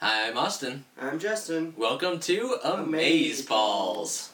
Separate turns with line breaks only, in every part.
Hi, I'm Austin.
I'm Justin.
Welcome to Amaze Balls.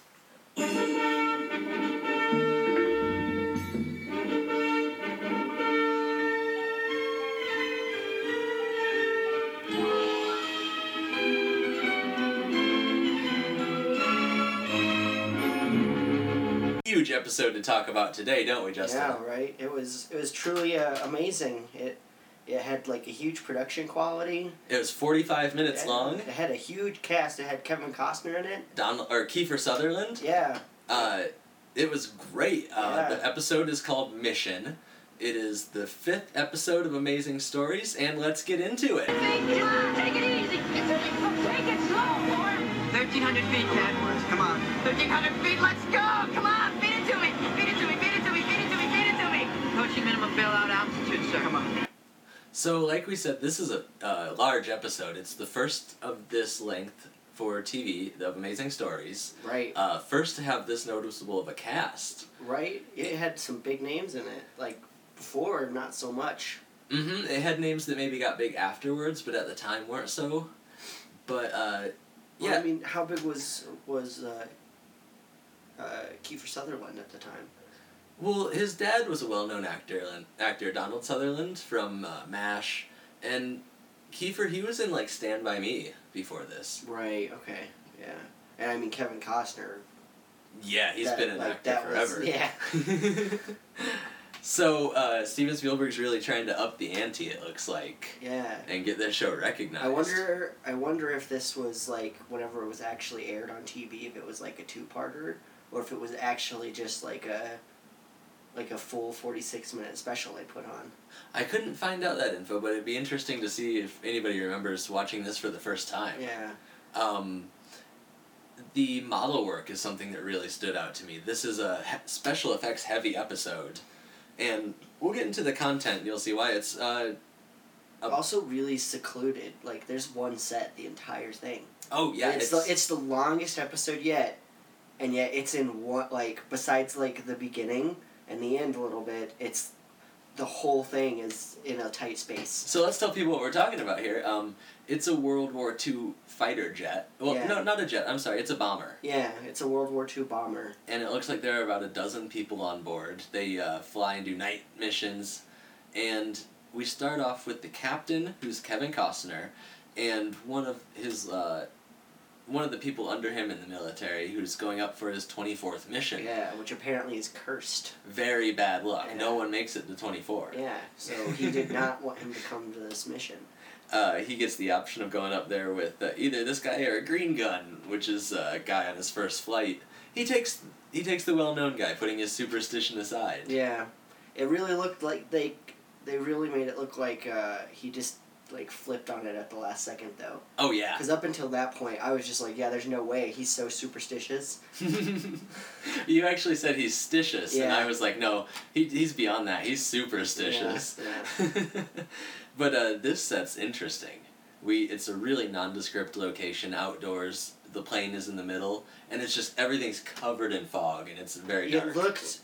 Huge episode to talk about today, don't we, Justin?
Yeah, right. It was it was truly uh, amazing. It it had like a huge production quality.
It was 45 minutes
It-
long.
It had a huge cast. It had Kevin Costner in it.
Don or Kiefer Sutherland.
Yeah,
Uh, it was great. Uh,
Yeah.
The episode is called Mission. It is the fifth episode of Amazing Stories, and let's get into it.
Take it easy. It's a big one. Take it slow, Warren. 1,300 feet, Ted. Come on. 1,300 feet. Let's go. Come on. Beat it to me. Beat it to me. Beat it to me. Beat it to me. Beat it to me. Coaching minimum bailout altitude, sir. Come on.
So, like we said, this is a uh, large episode. It's the first of this length for TV of Amazing Stories.
right,
Uh, first to have this noticeable of a cast.
right. It had some big names in it. Like before, not so much.
hmm It had names that maybe got big afterwards, but at the time weren't so. But uh,
Well,
yeah,
I mean, how big was was uh, uh, Kiefer Sutherland at the time?
Well, his dad was a well-known actor, actor Donald Sutherland from uh, MASH, and Kiefer he was in like Stand by Me before this.
Right. Okay. Yeah. And I mean Kevin Costner.
Yeah, he's
That-
been an
like,
actor
that was-
forever.
yeah.
so uh, Steven Spielberg's really trying to up the ante. It looks like,
Yeah.
and get their show recognized.
I wonder. I wonder if this was like whenever it was actually aired on TV, if it was like a two-parter, or if it was actually just like a, like a full forty-six minute special they put on.
I couldn't find out that info, but it'd be interesting to see if anybody remembers watching this for the first time.
Yeah.
um, the model work is something that really stood out to me. This is a he- special effects heavy episode, and we'll get into the content. and You'll see why it's. Uh, Um,
also, really secluded. Like, there's one set the entire thing.
oh yeah,
It's,
it's,
the it's the longest episode yet, and yet it's in one like besides like the beginning and the end a little bit. It's the whole thing is in a tight space.
so let's tell people what we're talking about here. Um, it's a World War II fighter jet. Well,
Yeah.
no, not a jet. I'm sorry, it's a bomber,
Yeah, it's a World War II bomber.
and it looks like there are about a dozen people on board. They uh, fly and do night missions, and we start off with the captain, who's Kevin Costner, and one of his uh, one of the people under him in the military who's going up for his twenty fourth mission.
Yeah, which apparently is cursed.
Very bad luck.
Yeah.
No one makes it to twenty four.
Yeah, so he did not want him to come to this mission.
Uh, he gets the option of going up there with uh, either this guy or a green gun, which is uh, a guy on his first flight. He takes he takes the well known guy, putting his superstition aside.
Yeah, it really looked like they they really made it look like uh, he just like flipped on it at the last second though.
Oh yeah.
Because up until that point, I was just like, yeah, there's no way he's so superstitious.
you actually said he's stitious, and
Yeah.
I was like, no, he, he's beyond that. He's superstitious. but uh, this set's interesting. We it's a really nondescript location outdoors. The plane is in the middle, and it's just everything's covered in fog, and it's very dark.
It looked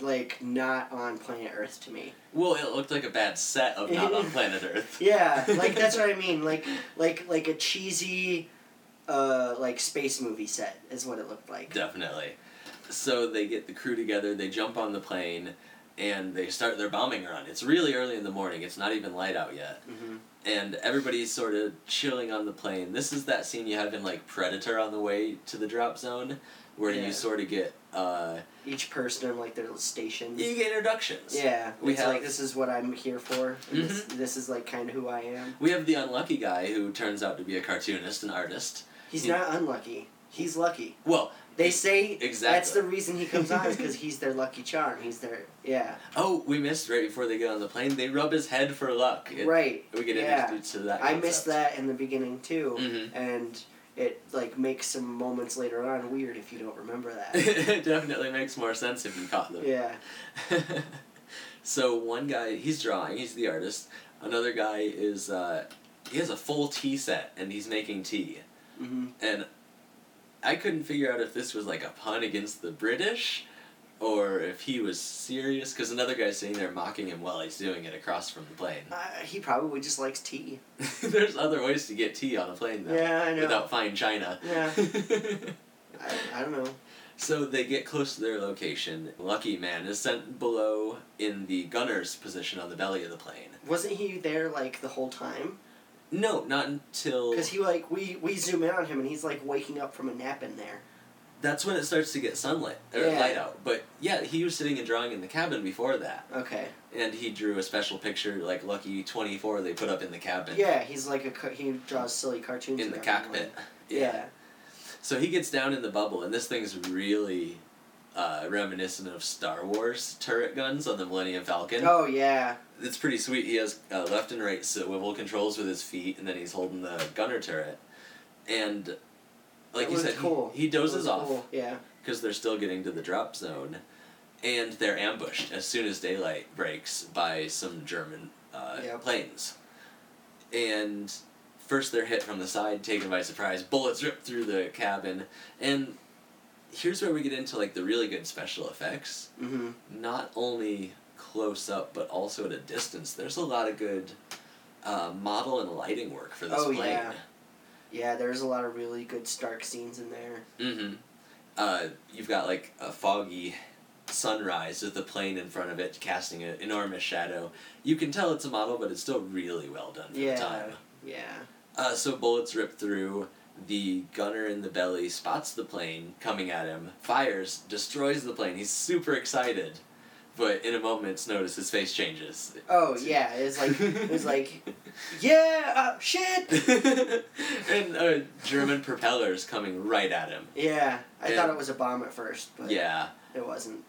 like not on planet Earth to me.
well. It looked like a bad set of not on planet Earth.
Yeah, like that's what I mean. Like like like a cheesy, uh, like space movie set is what it looked like.
Definitely. So they get the crew together, they jump on the plane, and they start their bombing run. It's really early in the morning, it's not even light out yet.
Mhm.
And everybody's sort of chilling on the plane. This is that scene you have in like Predator on the way to the drop zone, where
Yeah.
you sort of get uh,
Each person in like their little stations.
you get introductions.
Yeah, Mm-hmm.
We
it's
have-
like this is what I'm here for. and This, this is like kind of who I am.
We have the unlucky guy who turns out to be a cartoonist, an artist.
He's
Yeah.
not unlucky. He's lucky.
Well,
They say that's
Exactly.
the reason he comes on is because he's their lucky charm. He's their yeah
oh, we missed right before they get on the plane. They rub his head for luck. It-
right.
We get
Yeah.
introduced to that.
I
concept.
missed that in the beginning too,
Mhm.
and it like makes some moments later on weird if you don't remember that.
it definitely makes more sense if you caught them.
yeah,
so one guy, he's drawing, he's the artist. Another guy is, uh, he has a full tea set and he's making tea.
hmm
And I couldn't figure out if this was like a pun against the British or if he was serious, because another guy's sitting there mocking him while he's doing it across from the plane.
Uh, he probably just likes tea.
There's other ways to get tea on a plane though.
Yeah, I know.
Without fine china.
Yeah. I, I don't know.
so they get close to their location. Lucky man is sent below in the gunner's position on the belly of the plane.
Wasn't he there like the whole time?
No, not until
Because he like we we zoom in on him and he's like waking up from a nap in there.
that's when it starts to get sunlight or
Yeah.
light out. But yeah, he was sitting and drawing in the cabin before that,
Okay.
and he drew a special picture like Lucky Twenty Four they put up in the cabin.
Yeah, he's like a ca- he draws silly cartoons.
In
of
the
everyone.
cockpit.
Yeah.
So he gets down in the bubble, and this thing's really uh, reminiscent of Star Wars turret guns on the Millennium Falcon.
Oh yeah.
It's pretty sweet. He has uh, left and right swivel controls with his feet, and then he's holding the gunner turret. And, like
That
you
was
said, he-
cool.
he, dozes
That was
off
cool, Yeah.
because they're still getting to the drop zone, and they're ambushed as soon as daylight breaks by some German uh,
Yep.
planes. And first they're hit from the side, taken by surprise. Bullets rip through the cabin, and here's where we get into like the really good special effects.
Mhm.
Not only close up, but also at a distance. There's a lot of good uh, model and lighting work for this
Oh,
plane.
yeah. Yeah, there's a lot of really good Stark scenes in there.
Mm-hmm. Uh, you've got like a foggy sunrise with the plane in front of it casting an enormous shadow. You can tell it's a model, but it's still really well done for
Yeah.
the time.
Yeah.
Uh, so bullets rip through. The gunner in the belly spots the plane coming at him, fires, destroys the plane. He's super excited, but in a moment's notice, his face changes.
Oh yeah, it was like it was like, yeah, uh, shit.
and a German propeller's coming right at him.
Yeah, I
Yeah.
thought it was a bomb at first, but
Yeah.
it wasn't.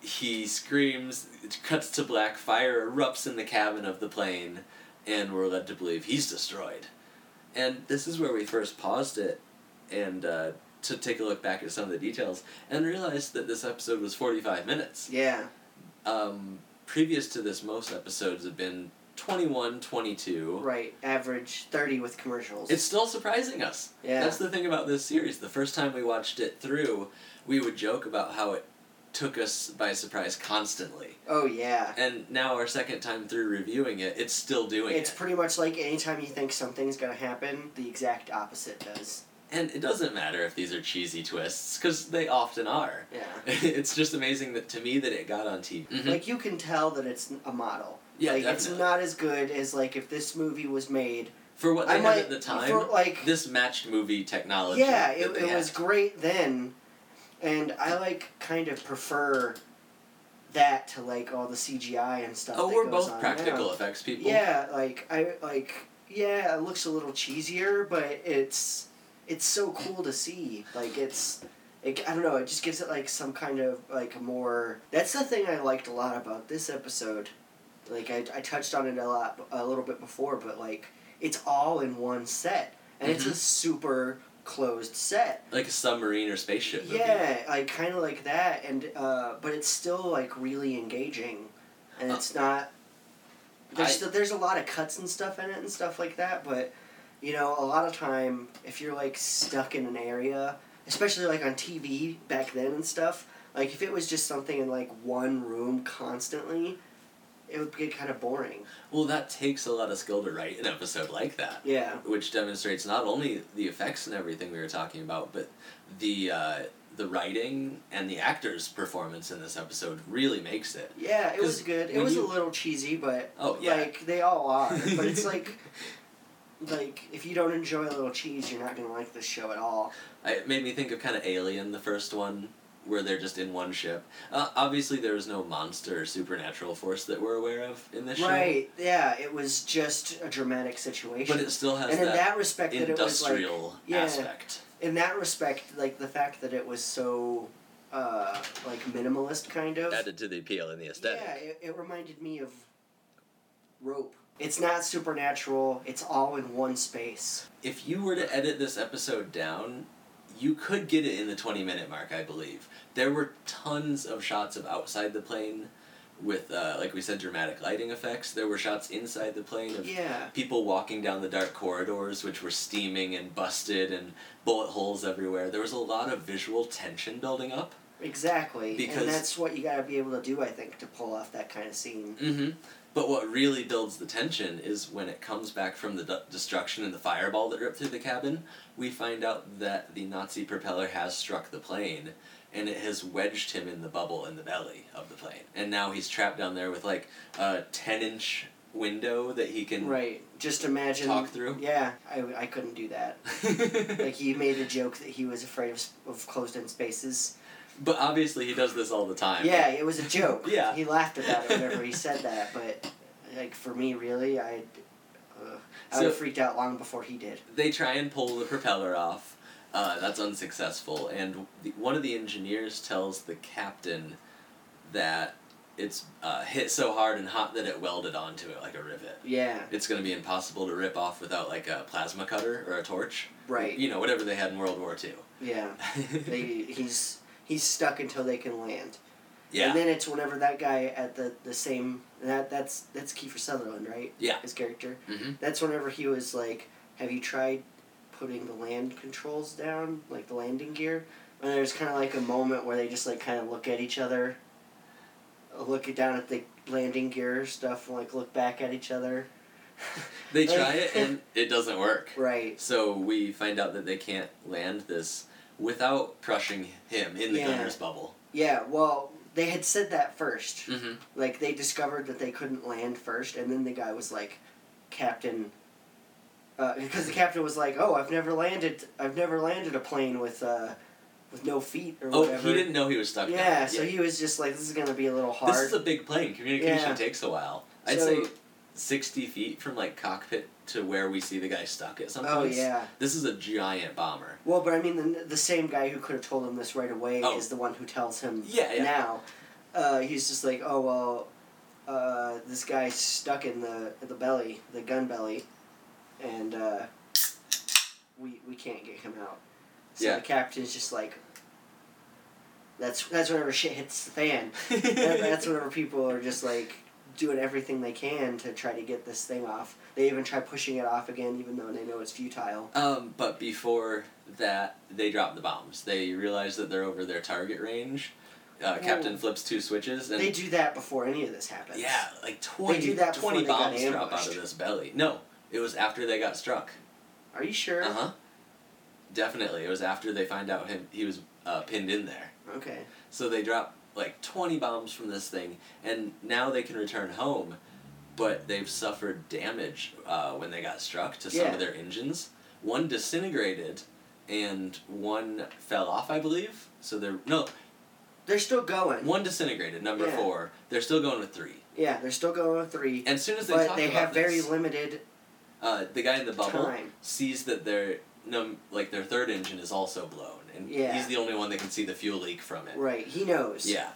he screams, it cuts to black, fire erupts in the cabin of the plane, and we're led to believe he's destroyed. And this is where we first paused it and uh, to take a look back at some of the details and realized that this episode was 45 minutes.
Yeah.
Um, previous to this, most episodes have been 21, 22.
Right. Average thirty with commercials.
It's still surprising us.
Yeah.
That's the thing about this series. The first time we watched it through, we would joke about how it took us by surprise constantly.
oh yeah.
And now our second time through reviewing it, it's still doing
It's
it.
pretty much like anytime you think something's gonna happen, the exact opposite does.
and it doesn't matter if these are cheesy twists, because they often are.
Yeah.
it's just amazing that to me that it got on TV. Mhm.
Like you can tell that it's a model.
Yeah,
like it's
definitely.
not as good as like if this movie was made.
for what they
I
had
might
at the time,
for like
this matched movie technology.
yeah,
that
it,
they
it
had.
was great then, and I like kind of prefer that to like all the CGI and stuff.
Oh,
that
we're
goes
both
on
practical
now.
effects people.
Yeah, like I like yeah, it looks a little cheesier, but it's it's so cool to see. Like it's it, I don't know, it just gives it like some kind of like more That's the thing I liked a lot about this episode. Like I I touched on it a lot a little bit before, but like it's all in one set. And it's a
Mhm.
super closed set.
Like a submarine or spaceship movie.
Yeah, like kind of like that, and uh, but it's still like really engaging, and
Uh,
it's not. There's
I-
still, there's a lot of cuts and stuff in it and stuff like that, but you know, a lot of time if you're like stuck in an area, especially like on TV back then and stuff, like if it was just something in like one room constantly, it would get kind of boring.
Well, that takes a lot of skill to write an episode like that.
Yeah.
which demonstrates not only the effects and everything we were talking about, but the uh, the writing and the actors' performance in this episode really makes it.
Yeah, it was
'Cause
good. It
when
was a
you-
little cheesy, but
Oh, yeah.
like they all are. But it's like like if you don't enjoy a little cheese, you're not gonna like this show at all.
I, it made me think of kind of Alien, the first one, where they're just in one ship. Uh, obviously, there was no monster or supernatural force that we're aware of in this
Right? Yeah, it was just a dramatic
show,
situation.
but it still has
and in
that,
that respect, that it was like
industrial
yeah.
aspect.
in that respect, like the fact that it was so uh, like minimalist, kind of.
Added to the appeal and the aesthetic.
Yeah, it, it reminded me of rope. It's not supernatural. It's all in one space.
if you were to edit this episode down, you could get it in the 20 minute mark, I believe. There were tons of shots of outside the plane with, uh, like we said, dramatic lighting effects. There were shots inside the plane of
Yeah.
people walking down the dark corridors, which were steaming and busted and bullet holes everywhere. There was a lot of visual tension building up.
Exactly.
Because-
and that's what you gotta be able to do, I think, to pull off that kind of scene.
hmm But what really builds the tension is when it comes back from the d- destruction and the fireball that ripped through the cabin, we find out that the Nazi propeller has struck the plane and it has wedged him in the bubble in the belly of the plane. And now he's trapped down there with like a 10 inch window that he can.
Right. Just imagine.
Talk through?
Yeah, I, I couldn't do that. Like, he made a joke that he was afraid of, s- of closed in spaces.
but obviously he does this all the time.
yeah, it was a joke.
Yeah.
He laughed about it whenever he said that, but, like, for me, really, I. Uh, I would
So-
have freaked out long before he did.
they try and pull the propeller off. Uh, that's unsuccessful, and the, one of the engineers tells the captain that it's uh, hit so hard and hot that it welded onto it like a rivet.
Yeah,
It's going to be impossible to rip off without like a plasma cutter or a torch.
right.
You know, whatever they had in World War Two.
Yeah. They, he's he's stuck until they can land.
yeah.
And then it's whenever that guy at the, the same that that's that's Kiefer Sutherland, right?
Yeah.
His character.
hmm
That's whenever he was like, Have you tried putting the land controls down, like the landing gear? And there's kinda like a moment where they just like kinda look at each other look down at the landing gear stuff and like look back at each other.
They try it and it doesn't work.
Right.
So we find out that they can't land this without crushing him in the
Yeah.
gunner's bubble.
Yeah, well, they had said that first.
hmm
like they discovered that they couldn't land first and then the guy was like captain uh, because the captain was like oh i've never landed i've never landed a plane with uh with no feet or
Oh,
whatever
he didn't know he was stuck. down
yeah
there.
so he was just like this is gonna be a little hard
This is a big plane. Communication
Yeah.
takes a while. I'd
So-
say sixty feet from like cockpit to where we see the guy stuck at some
oh
points.
yeah
This is a giant bomber.
well but i mean the, the same guy who could have told him this right away
Oh.
is the one who tells him
Yeah, yeah.
now uh, he's just like oh well uh, this guy's stuck in the the belly the gun belly and uh, we we can't get him out. So
Yeah.
the captain's just like that's that's whenever shit hits the fan. That- that's whenever people are just like doing everything they can to try to get this thing off. They even try pushing it off again even though they know it's futile.
um, but before that, they drop the bombs. They realize that they're over their target range. Uh, Captain flips two switches and
Oh. They do that before any of this happens.
yeah, like 20,
do that before
20
they got
bombs drop out of
ambushed.
this belly. No, it was after they got struck.
Are you sure?
Uh huh. Definitely, it was after they find out him he was uh, pinned in there.
Okay.
So they drop like 20 bombs from this thing, and now they can return home, but they've suffered damage uh, when they got struck to some
Yeah.
of their engines. One disintegrated, and one fell off, I believe. So they're no
They're still going.
one disintegrated. Number
Yeah.
four, they're still going with three.
Yeah, they're still going with three.
And as soon as they
but
talk
they
about
have very
this,
limited
uh, the guy in the bubble
time.
sees that their num like their third engine is also blown, and
Yeah.
he's the only one that can see the fuel leak from it.
Right, he knows.
Yeah,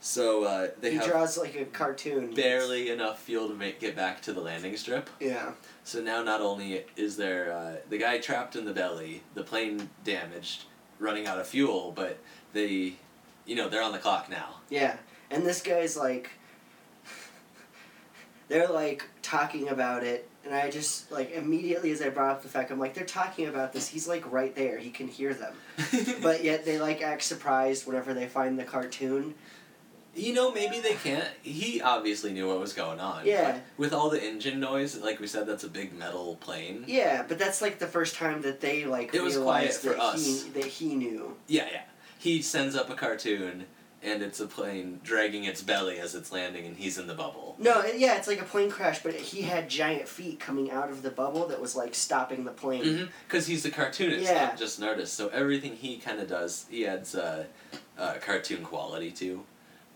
so uh, they
He
have
draws like a cartoon.
barely enough fuel to make get back to the landing strip.
Yeah.
So now not only is there uh, the guy trapped in the belly, the plane damaged, running out of fuel, but they, you know, they're on the clock now.
Yeah, and this guy's like, they're like talking about it, and I just like immediately as I brought up the fact, I'm like, they're talking about this. He's like right there, he can hear them, but yet they like act surprised whenever they find the cartoon.
you know, maybe they can't. He obviously knew what was going on.
Yeah.
but With all the engine noise, like we said, that's a big metal plane.
Yeah, but that's like the first time that they like
It was
realized
quiet for
that
us.
he that he knew.
Yeah, yeah. He sends up a cartoon, and it's a plane dragging its belly as it's landing, and he's in the bubble.
No, it- yeah, it's like a plane crash, but he had giant feet coming out of the bubble that was like stopping the plane.
Because Mm-hmm. he's a cartoonist,
Yeah.
not just an artist. So everything he kind of does, he adds a, uh cartoon quality to.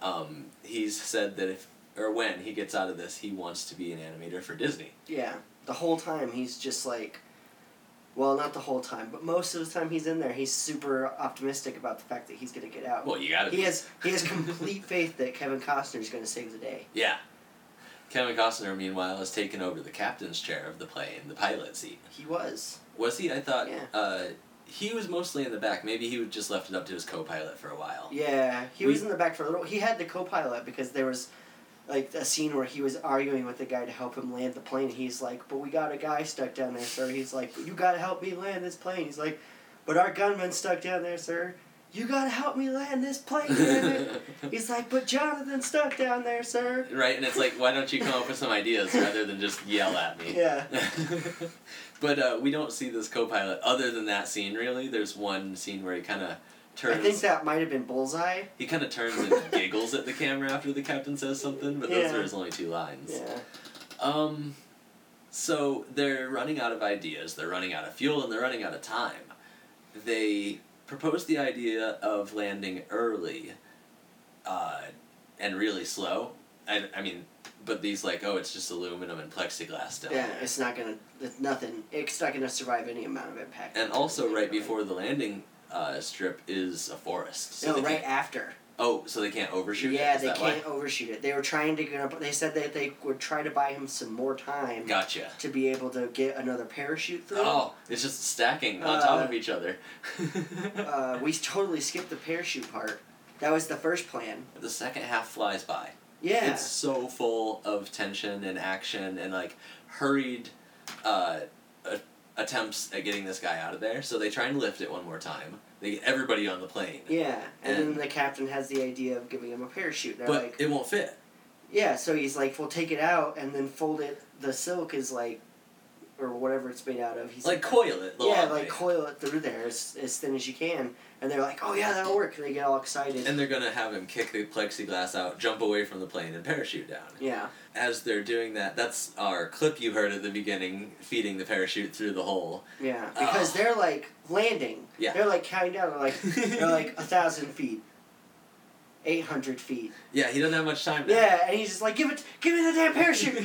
Um, he's said that if or when he gets out of this, he wants to be an animator for Disney.
Yeah. The whole time he's just like well, not the whole time, but most of the time he's in there, he's super optimistic about the fact that he's gonna get out.
Well, you gotta.
he
be.
has he has complete faith that Kevin Costner's gonna save the day.
Yeah. Kevin Costner, meanwhile, has taken over the captain's chair of the plane, the pilot seat.
He was.
Was he? I thought.
Yeah.
Uh, he was mostly in the back. Maybe he would just left it up to his co-pilot for a while.
Yeah. He was
We-
in the back for a little he had the co pilot because there was like a scene where he was arguing with the guy to help him land the plane. He's like, But we got a guy stuck down there, sir. He's like, But you gotta help me land this plane. He's like, But our gunman's stuck down there, sir. you gotta help me land this plane, damn it. He's like, but Jonathan's stuck down there, sir.
Right, and it's like, why don't you come up with some ideas rather than just yell at me?
Yeah.
but uh, we don't see this co-pilot other than that scene. Really, there's one scene where he kind of
I
turns.
think that might have been Bullseye.
He kind of turns and giggles at the camera after the captain says something, but those
Yeah.
are his only two lines.
Yeah.
Um, so they're running out of ideas, they're running out of fuel, and they're running out of time. They propose the idea of landing early uh, and really slow. I, I mean, but these, like, oh, it's just aluminum and plexiglass down
Yeah,
there.
it's not gonna, it's nothing, it's not gonna survive any amount of impact.
And also, right before the landing uh, strip is a forest. So
No,
they
right
can't-
after.
Oh, so they can't overshoot it?
yeah,
Is
they
that why?
can't overshoot it. They were trying to get up, they said that they would try to buy him some more time
Gotcha.
to be able to get another parachute through.
Oh, it's just stacking on top
Uh,
of each other.
Uh, we totally skipped the parachute part. That was the first plan.
the second half flies by.
Yeah.
It's so full of tension and action and like hurried uh, a- attempts at getting this guy out of there. So they try and lift it one more time. They get everybody on the plane.
yeah, and,
And-
then the captain has the idea of giving him a parachute. They're
But
like,
it won't fit.
yeah, so he's like, we'll take it out and then fold it. The silk is like, or whatever it's made out of. He's
Like coil it. the
yeah,
long
like
way.
coil it through there as, as thin as you can. And they're like, oh yeah, that'll work. They get all excited.
And they're gonna have him kick the plexiglass out, jump away from the plane, and parachute down.
yeah,
As they're doing that, that's our clip you heard at the beginning, feeding the parachute through the hole.
yeah, because
Oh.
they're like landing.
Yeah.
They're like counting down. They're like, they're like a thousand feet. 800 feet.
Yeah, he doesn't have much time. now.
Yeah, and he's just like, give it, give me the damn parachute.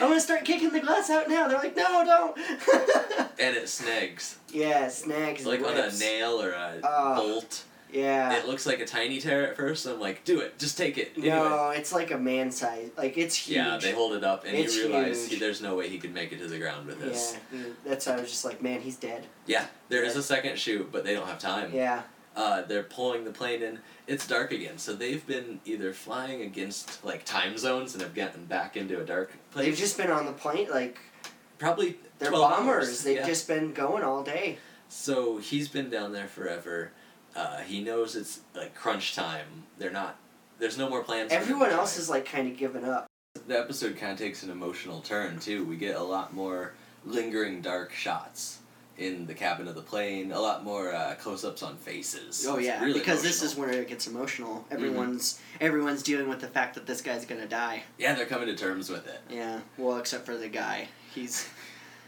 I'm gonna start kicking the glass out now. They're like, no, don't.
And it snags
yeah, snags. and
like on a
rips.
nail or a
Ah.
bolt.
Yeah.
It looks like a tiny tear at first. I'm like, do it, just take it. Anyway.
no, it's like a man size. Like it's huge.
Yeah, they hold it up, and
It's
you realize
huge.
there's no way he could make it to the ground with this.
Yeah, that's why I was just like, man, he's dead.
Yeah, there is a second shoot, but they don't have time.
Yeah,
Uh, they're pulling the plane in. It's dark again, so they've been either flying against like time zones and have gotten back into a dark place.
they've just been on the plane. Like
probably
they're
12
bombers.
hours.
They've
yeah.
just been going all day.
So he's been down there forever. Uh, he knows it's like crunch time. They're not. There's no more plans. for them to
Everyone else
try.
is like kind of giving up.
The episode kind of takes an emotional turn too. We get a lot more lingering dark shots in the cabin of the plane. A lot more uh, close-ups on faces.
Oh
It's
yeah,
really
because this is
emotional. Mm-hmm.
where it gets emotional. Everyone's everyone's dealing with the fact that this guy's gonna die.
yeah they're coming to terms with it.
Yeah, well, except for the guy. He's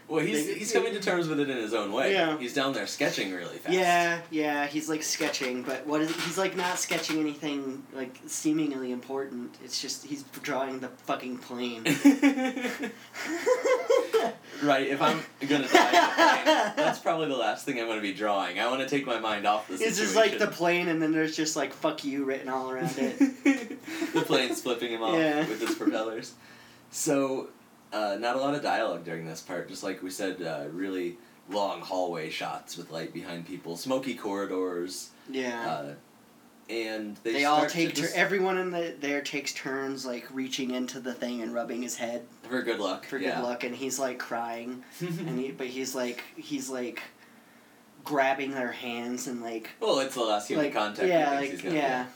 Well, he's
They-
he's coming to terms with it in his own way.
Yeah.
He's down there sketching really fast.
yeah, yeah. He's like sketching, but what is he's like not sketching anything like seemingly important. It's just he's drawing the fucking plane.
right. If I'm gonna die, in a plane, that's probably the last thing I'm gonna be drawing. I want to take my mind off this.
it's just like the plane, and then there's just like "fuck you" written all around it.
the plane's flipping him off
Yeah.
with its propellers. So, uh, not a lot of dialogue during this part. Just like we said, uh, really long hallway shots with light behind people, smoky corridors,
Yeah.
uh, and they,
they, all
start
take
to
tur-
just,
everyone in the, there takes turns like reaching into the thing and rubbing his head
for good luck.
for
yeah.
good luck, and he's like crying, and he, but he's like he's like grabbing their hands and like
well, it's the last human
like
contact. he
yeah
thinks he's
like
gonna
yeah
get.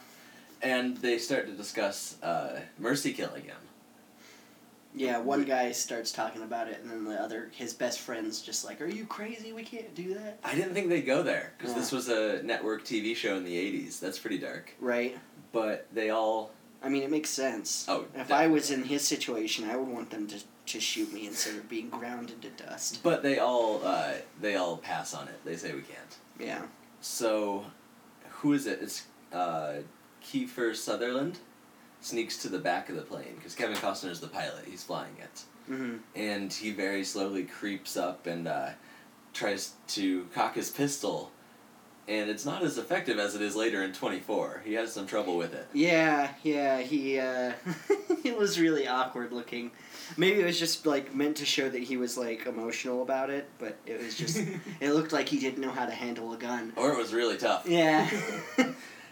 And they start to discuss uh, mercy killing him.
yeah one guy starts talking about it, and then the other his best friends just like, "Are you crazy? We can't do that."
I didn't think they'd go there because
Yeah.
this was a network TV show in the '80s. That's pretty dark.
Right.
But they all
I mean, it makes sense.
Oh,
if I was in his situation, I would want them to to shoot me instead of being grounded to dust.
But they all uh, they all pass on it. They say we can't.
Yeah.
So, who is it? It's uh, Kiefer Sutherland sneaks to the back of the plane because Kevin Costner is the pilot. He's flying it,
Mm-hmm.
and he very slowly creeps up and uh, tries to cock his pistol. And it's not as effective as it is later in Twenty Four. He has some trouble with it.
Yeah, yeah, he uh it was really awkward looking. Maybe it was just like meant to show that he was like emotional about it, but it was just it looked like he didn't know how to handle a gun.
Or it was really tough.
Yeah.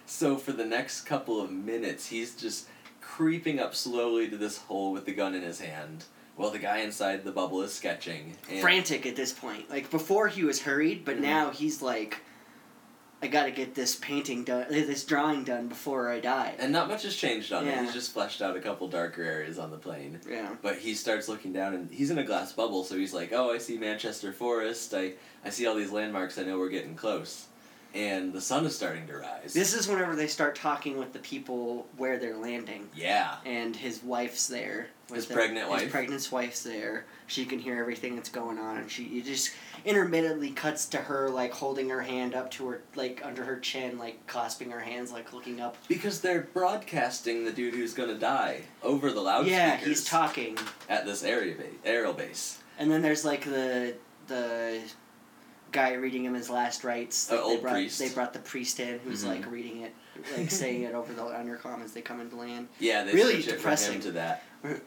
So for the next couple of minutes, he's just creeping up slowly to this hole with the gun in his hand, while the guy inside the bubble is sketching. And
Mm-hmm. Frantic at this point. Like before he was hurried, but
Mhm.
now he's like I gotta get this painting done, this drawing done before I die.
And not much has changed on it.
Yeah.
He's just fleshed out a couple darker areas on the plane.
yeah.
But he starts looking down and he's in a glass bubble, so he's like, Oh, I see Manchester Forest. I, I see all these landmarks. I know we're getting close. And the sun is starting to rise.
This is whenever they start talking with the people where they're landing,
yeah.
and his wife's there. with
His
the-
pregnant wife.
His pregnant wife's there. She can hear everything that's going on, and she it just intermittently cuts to her like holding her hand up to her like under her chin, like clasping her hands, like looking up.
Because they're broadcasting the dude who's gonna die over the loudspeakers
yeah, he's talking,
at this area base, aerial base.
and then there's like the the guy reading him his last rites.
The
Like,
old
they brought,
priest.
They brought the priest in, who's
Mhm.
like reading it, like saying it over the intercom as they come into land.
Yeah, they
Really
switch it from
depressing.
him to that.
Right.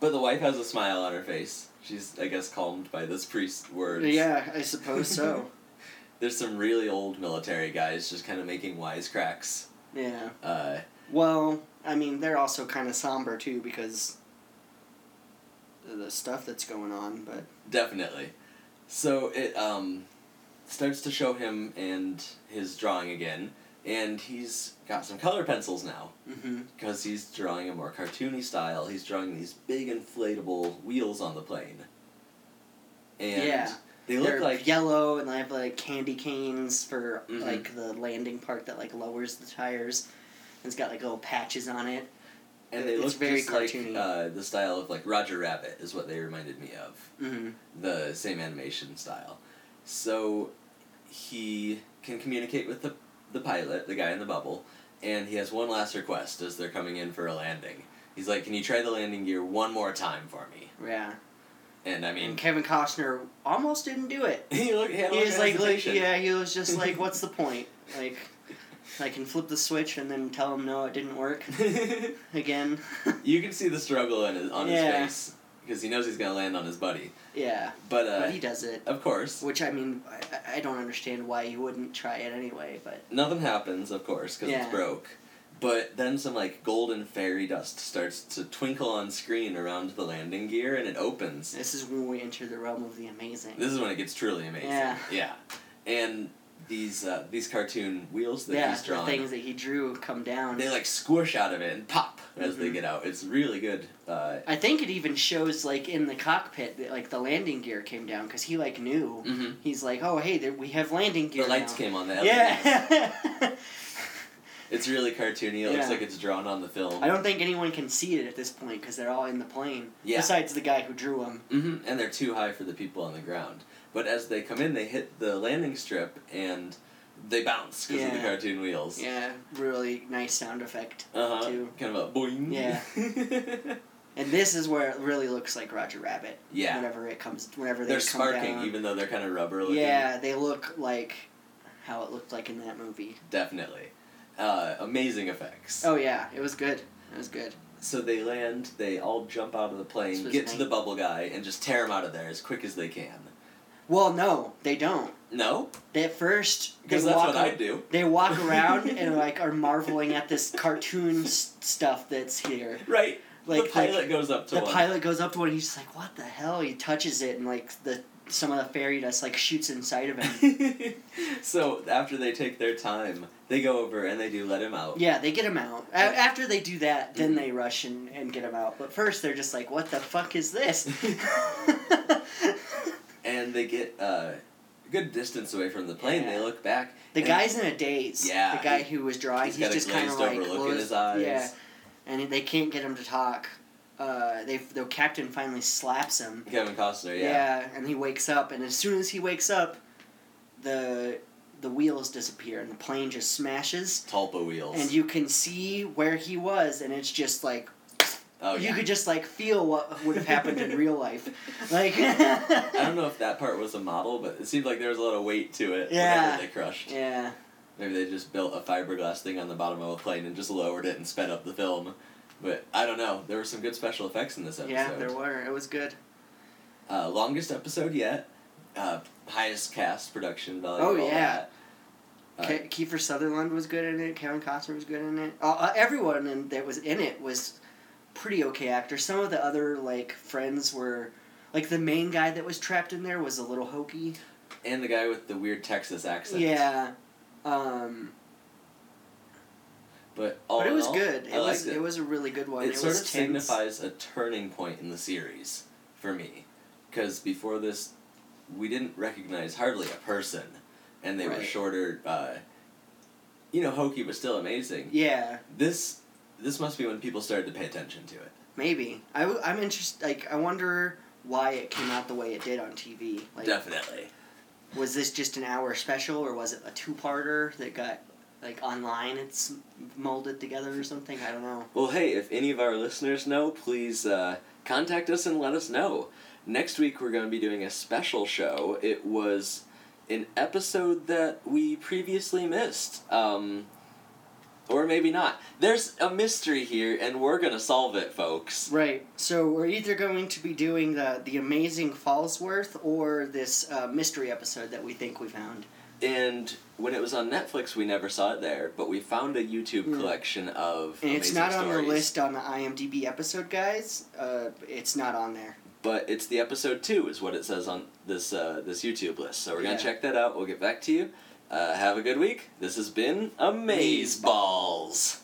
But the wife has a smile on her face. She's, I guess, calmed by this priest's words.
Yeah, I suppose so.
There's some really old military guys just kind of making wisecracks.
yeah.
Uh,
Well, I mean, they're also kind of somber too because of the stuff that's going on. But
definitely. So it um, starts to show him and his drawing again, and he's got some color pencils now.
mm-hmm.
because he's drawing a more cartoony style. He's drawing these big inflatable wheels on the plane. And
Yeah.
they
they
look
are
like
yellow, and they have like candy canes for
Mhm.
like the landing part that like lowers the tires. And it's got like little patches on it.
and they
it's
look
very
just
cartoony.
like uh, the style of like Roger Rabbit is what they reminded me of.
Mm-hmm.
The same animation style. So he can communicate with the the pilot, the guy in the bubble, and he has one last request as they're coming in for a landing. He's like, "Can you try the landing gear one more time for me?"
Yeah.
And I mean,
and Kevin Costner almost didn't do it.
he looked. He, had a
He
little
was like, like,
hesitation.
yeah, he was just like, what's the point? Like, I can flip the switch and then tell him no, it didn't work again.
You can see the struggle in his, on
Yeah.
his face because he knows he's gonna land on his buddy.
yeah.
But, uh,
but he does it.
of course,
Which I mean, I- I, I don't understand why you wouldn't try it anyway. But
nothing happens, of course, because
Yeah.
it's broke. But then some like golden fairy dust starts to twinkle on screen around the landing gear, and it opens.
this is when we enter the realm of the amazing.
This is when it gets truly amazing.
Yeah.
Yeah. And these uh, these cartoon wheels that
yeah,
he's
the
drawn,
things that he drew come down.
they like squish out of it and pop as they
Mhm.
get out. It's really good. Uh,
I think it even shows like in the cockpit that like the landing gear came down because he like knew.
mhm.
He's like, oh hey, there, we have landing
The
gear.
lights
now."
came on. The LEDs.
Yeah.
It's really cartoony. It
Yeah.
looks like it's drawn on the film.
I don't think anyone can see it at this point because they're all in the plane.
Yeah.
Besides the guy who drew them.
hmm And they're too high for the people on the ground. But as they come in, they hit the landing strip and they bounce because of the
Yeah.
cartoon wheels.
Yeah, really nice sound effect
Uh huh.
too.
Kind of a boing. Yeah.
And this is where it really looks like Roger Rabbit.
yeah.
Whenever it comes, whenever they
they're
come
sparking
down.
even though they're kind of rubber looking.
Yeah, they look like how it looked like in that movie.
Definitely. Uh, amazing effects.
Oh yeah, it was good. It was good.
So they land, they all jump out of the
This
plane,
was
get to
nice.
the bubble guy, and just tear him out of there as quick as they can.
Well, no, they don't.
No?
They, at first, they
Because that's
walk.
what I'd do.
They walk around and like are marveling at this cartoon s- stuff that's here.
Right.
Like
the pilot
like,
goes up to
the
one.
pilot goes up to one. And he's just like, "What the hell?" He touches it and like the some of the fairy dust like shoots inside of him.
so after they take their time, they go over and they do let him out.
yeah, they get him out. A- after they do that,
Mm-hmm.
then they rush and, and get him out. But first, they're just like, "What the fuck is this?"
And they get uh, a good distance away from the plane.
Yeah.
They look back.
The
and
guy's in a daze.
Yeah,
The guy
he-
who was drawing, he's,
he's got a
just kind of
glazed over
like
look in
closed-
his eyes.
Yeah, and they can't get him to talk. Uh, they the captain finally slaps him.
Kevin Costner, yeah.
Yeah, and he wakes up, and as soon as he wakes up, the the wheels disappear and the plane just smashes,
Tulpa wheels.
and you can see where he was, and it's just like
oh,
you
yeah.
could just like feel what would have happened in real life, like
I don't know if that part was a model, but it seemed like there was a lot of weight to it.
Yeah.
Whenever they crushed.
yeah.
Maybe they just built a fiberglass thing on the bottom of a plane and just lowered it and sped up the film. But I don't know. There were some good special effects in this episode.
Yeah, there were. It was good.
Uh, longest episode yet. Uh, highest cast production value.
Oh,
all
yeah.
that. Uh,
Ke- Kiefer Sutherland was good in it. Kevin Costner was good in it. Uh, Uh, everyone in, that was in it was pretty okay actors. Some of the other like friends were, like the main guy that was trapped in there was a little hokey.
And the guy with the weird Texas accent.
Yeah. Um,
But all
but it
in
was
all,
good. It
I
was
liked
it.
it.
was a really good one.
It,
It,
sort
was
of
tense.
signifies a turning point in the series for me, because before this, we didn't recognize hardly a person, and they were
Right.
shorter. Uh, you know, Hokie was still amazing.
Yeah,
This this must be when people started to pay attention to it.
maybe. I w- I'm interested. Like I wonder why it came out the way it did on TV. Like,
Definitely.
was this just an hour special or was it a two parter that got like online? It's molded together or something. I don't know.
Well, hey, if any of our listeners know, please uh, contact us and let us know. Next week, we're going to be doing a special show. It was an episode that we previously missed. Um, or maybe not. There's a mystery here, and we're going to solve it, folks.
Right. So we're either going to be doing the the amazing Fallsworth or this uh, mystery episode that we think we found.
And when it was on Netflix, we never saw it there, but we found a YouTube
Yeah.
collection of.
Hmm. And it's
amazing
not on the
stories.
list on the IMDb episode, guys. Uh, it's not on there.
but it's the episode two is what it says on this uh, this YouTube list. So we're gonna
Yeah.
check that out. We'll get back to you. Uh, have a good week. This has been Amaze Balls.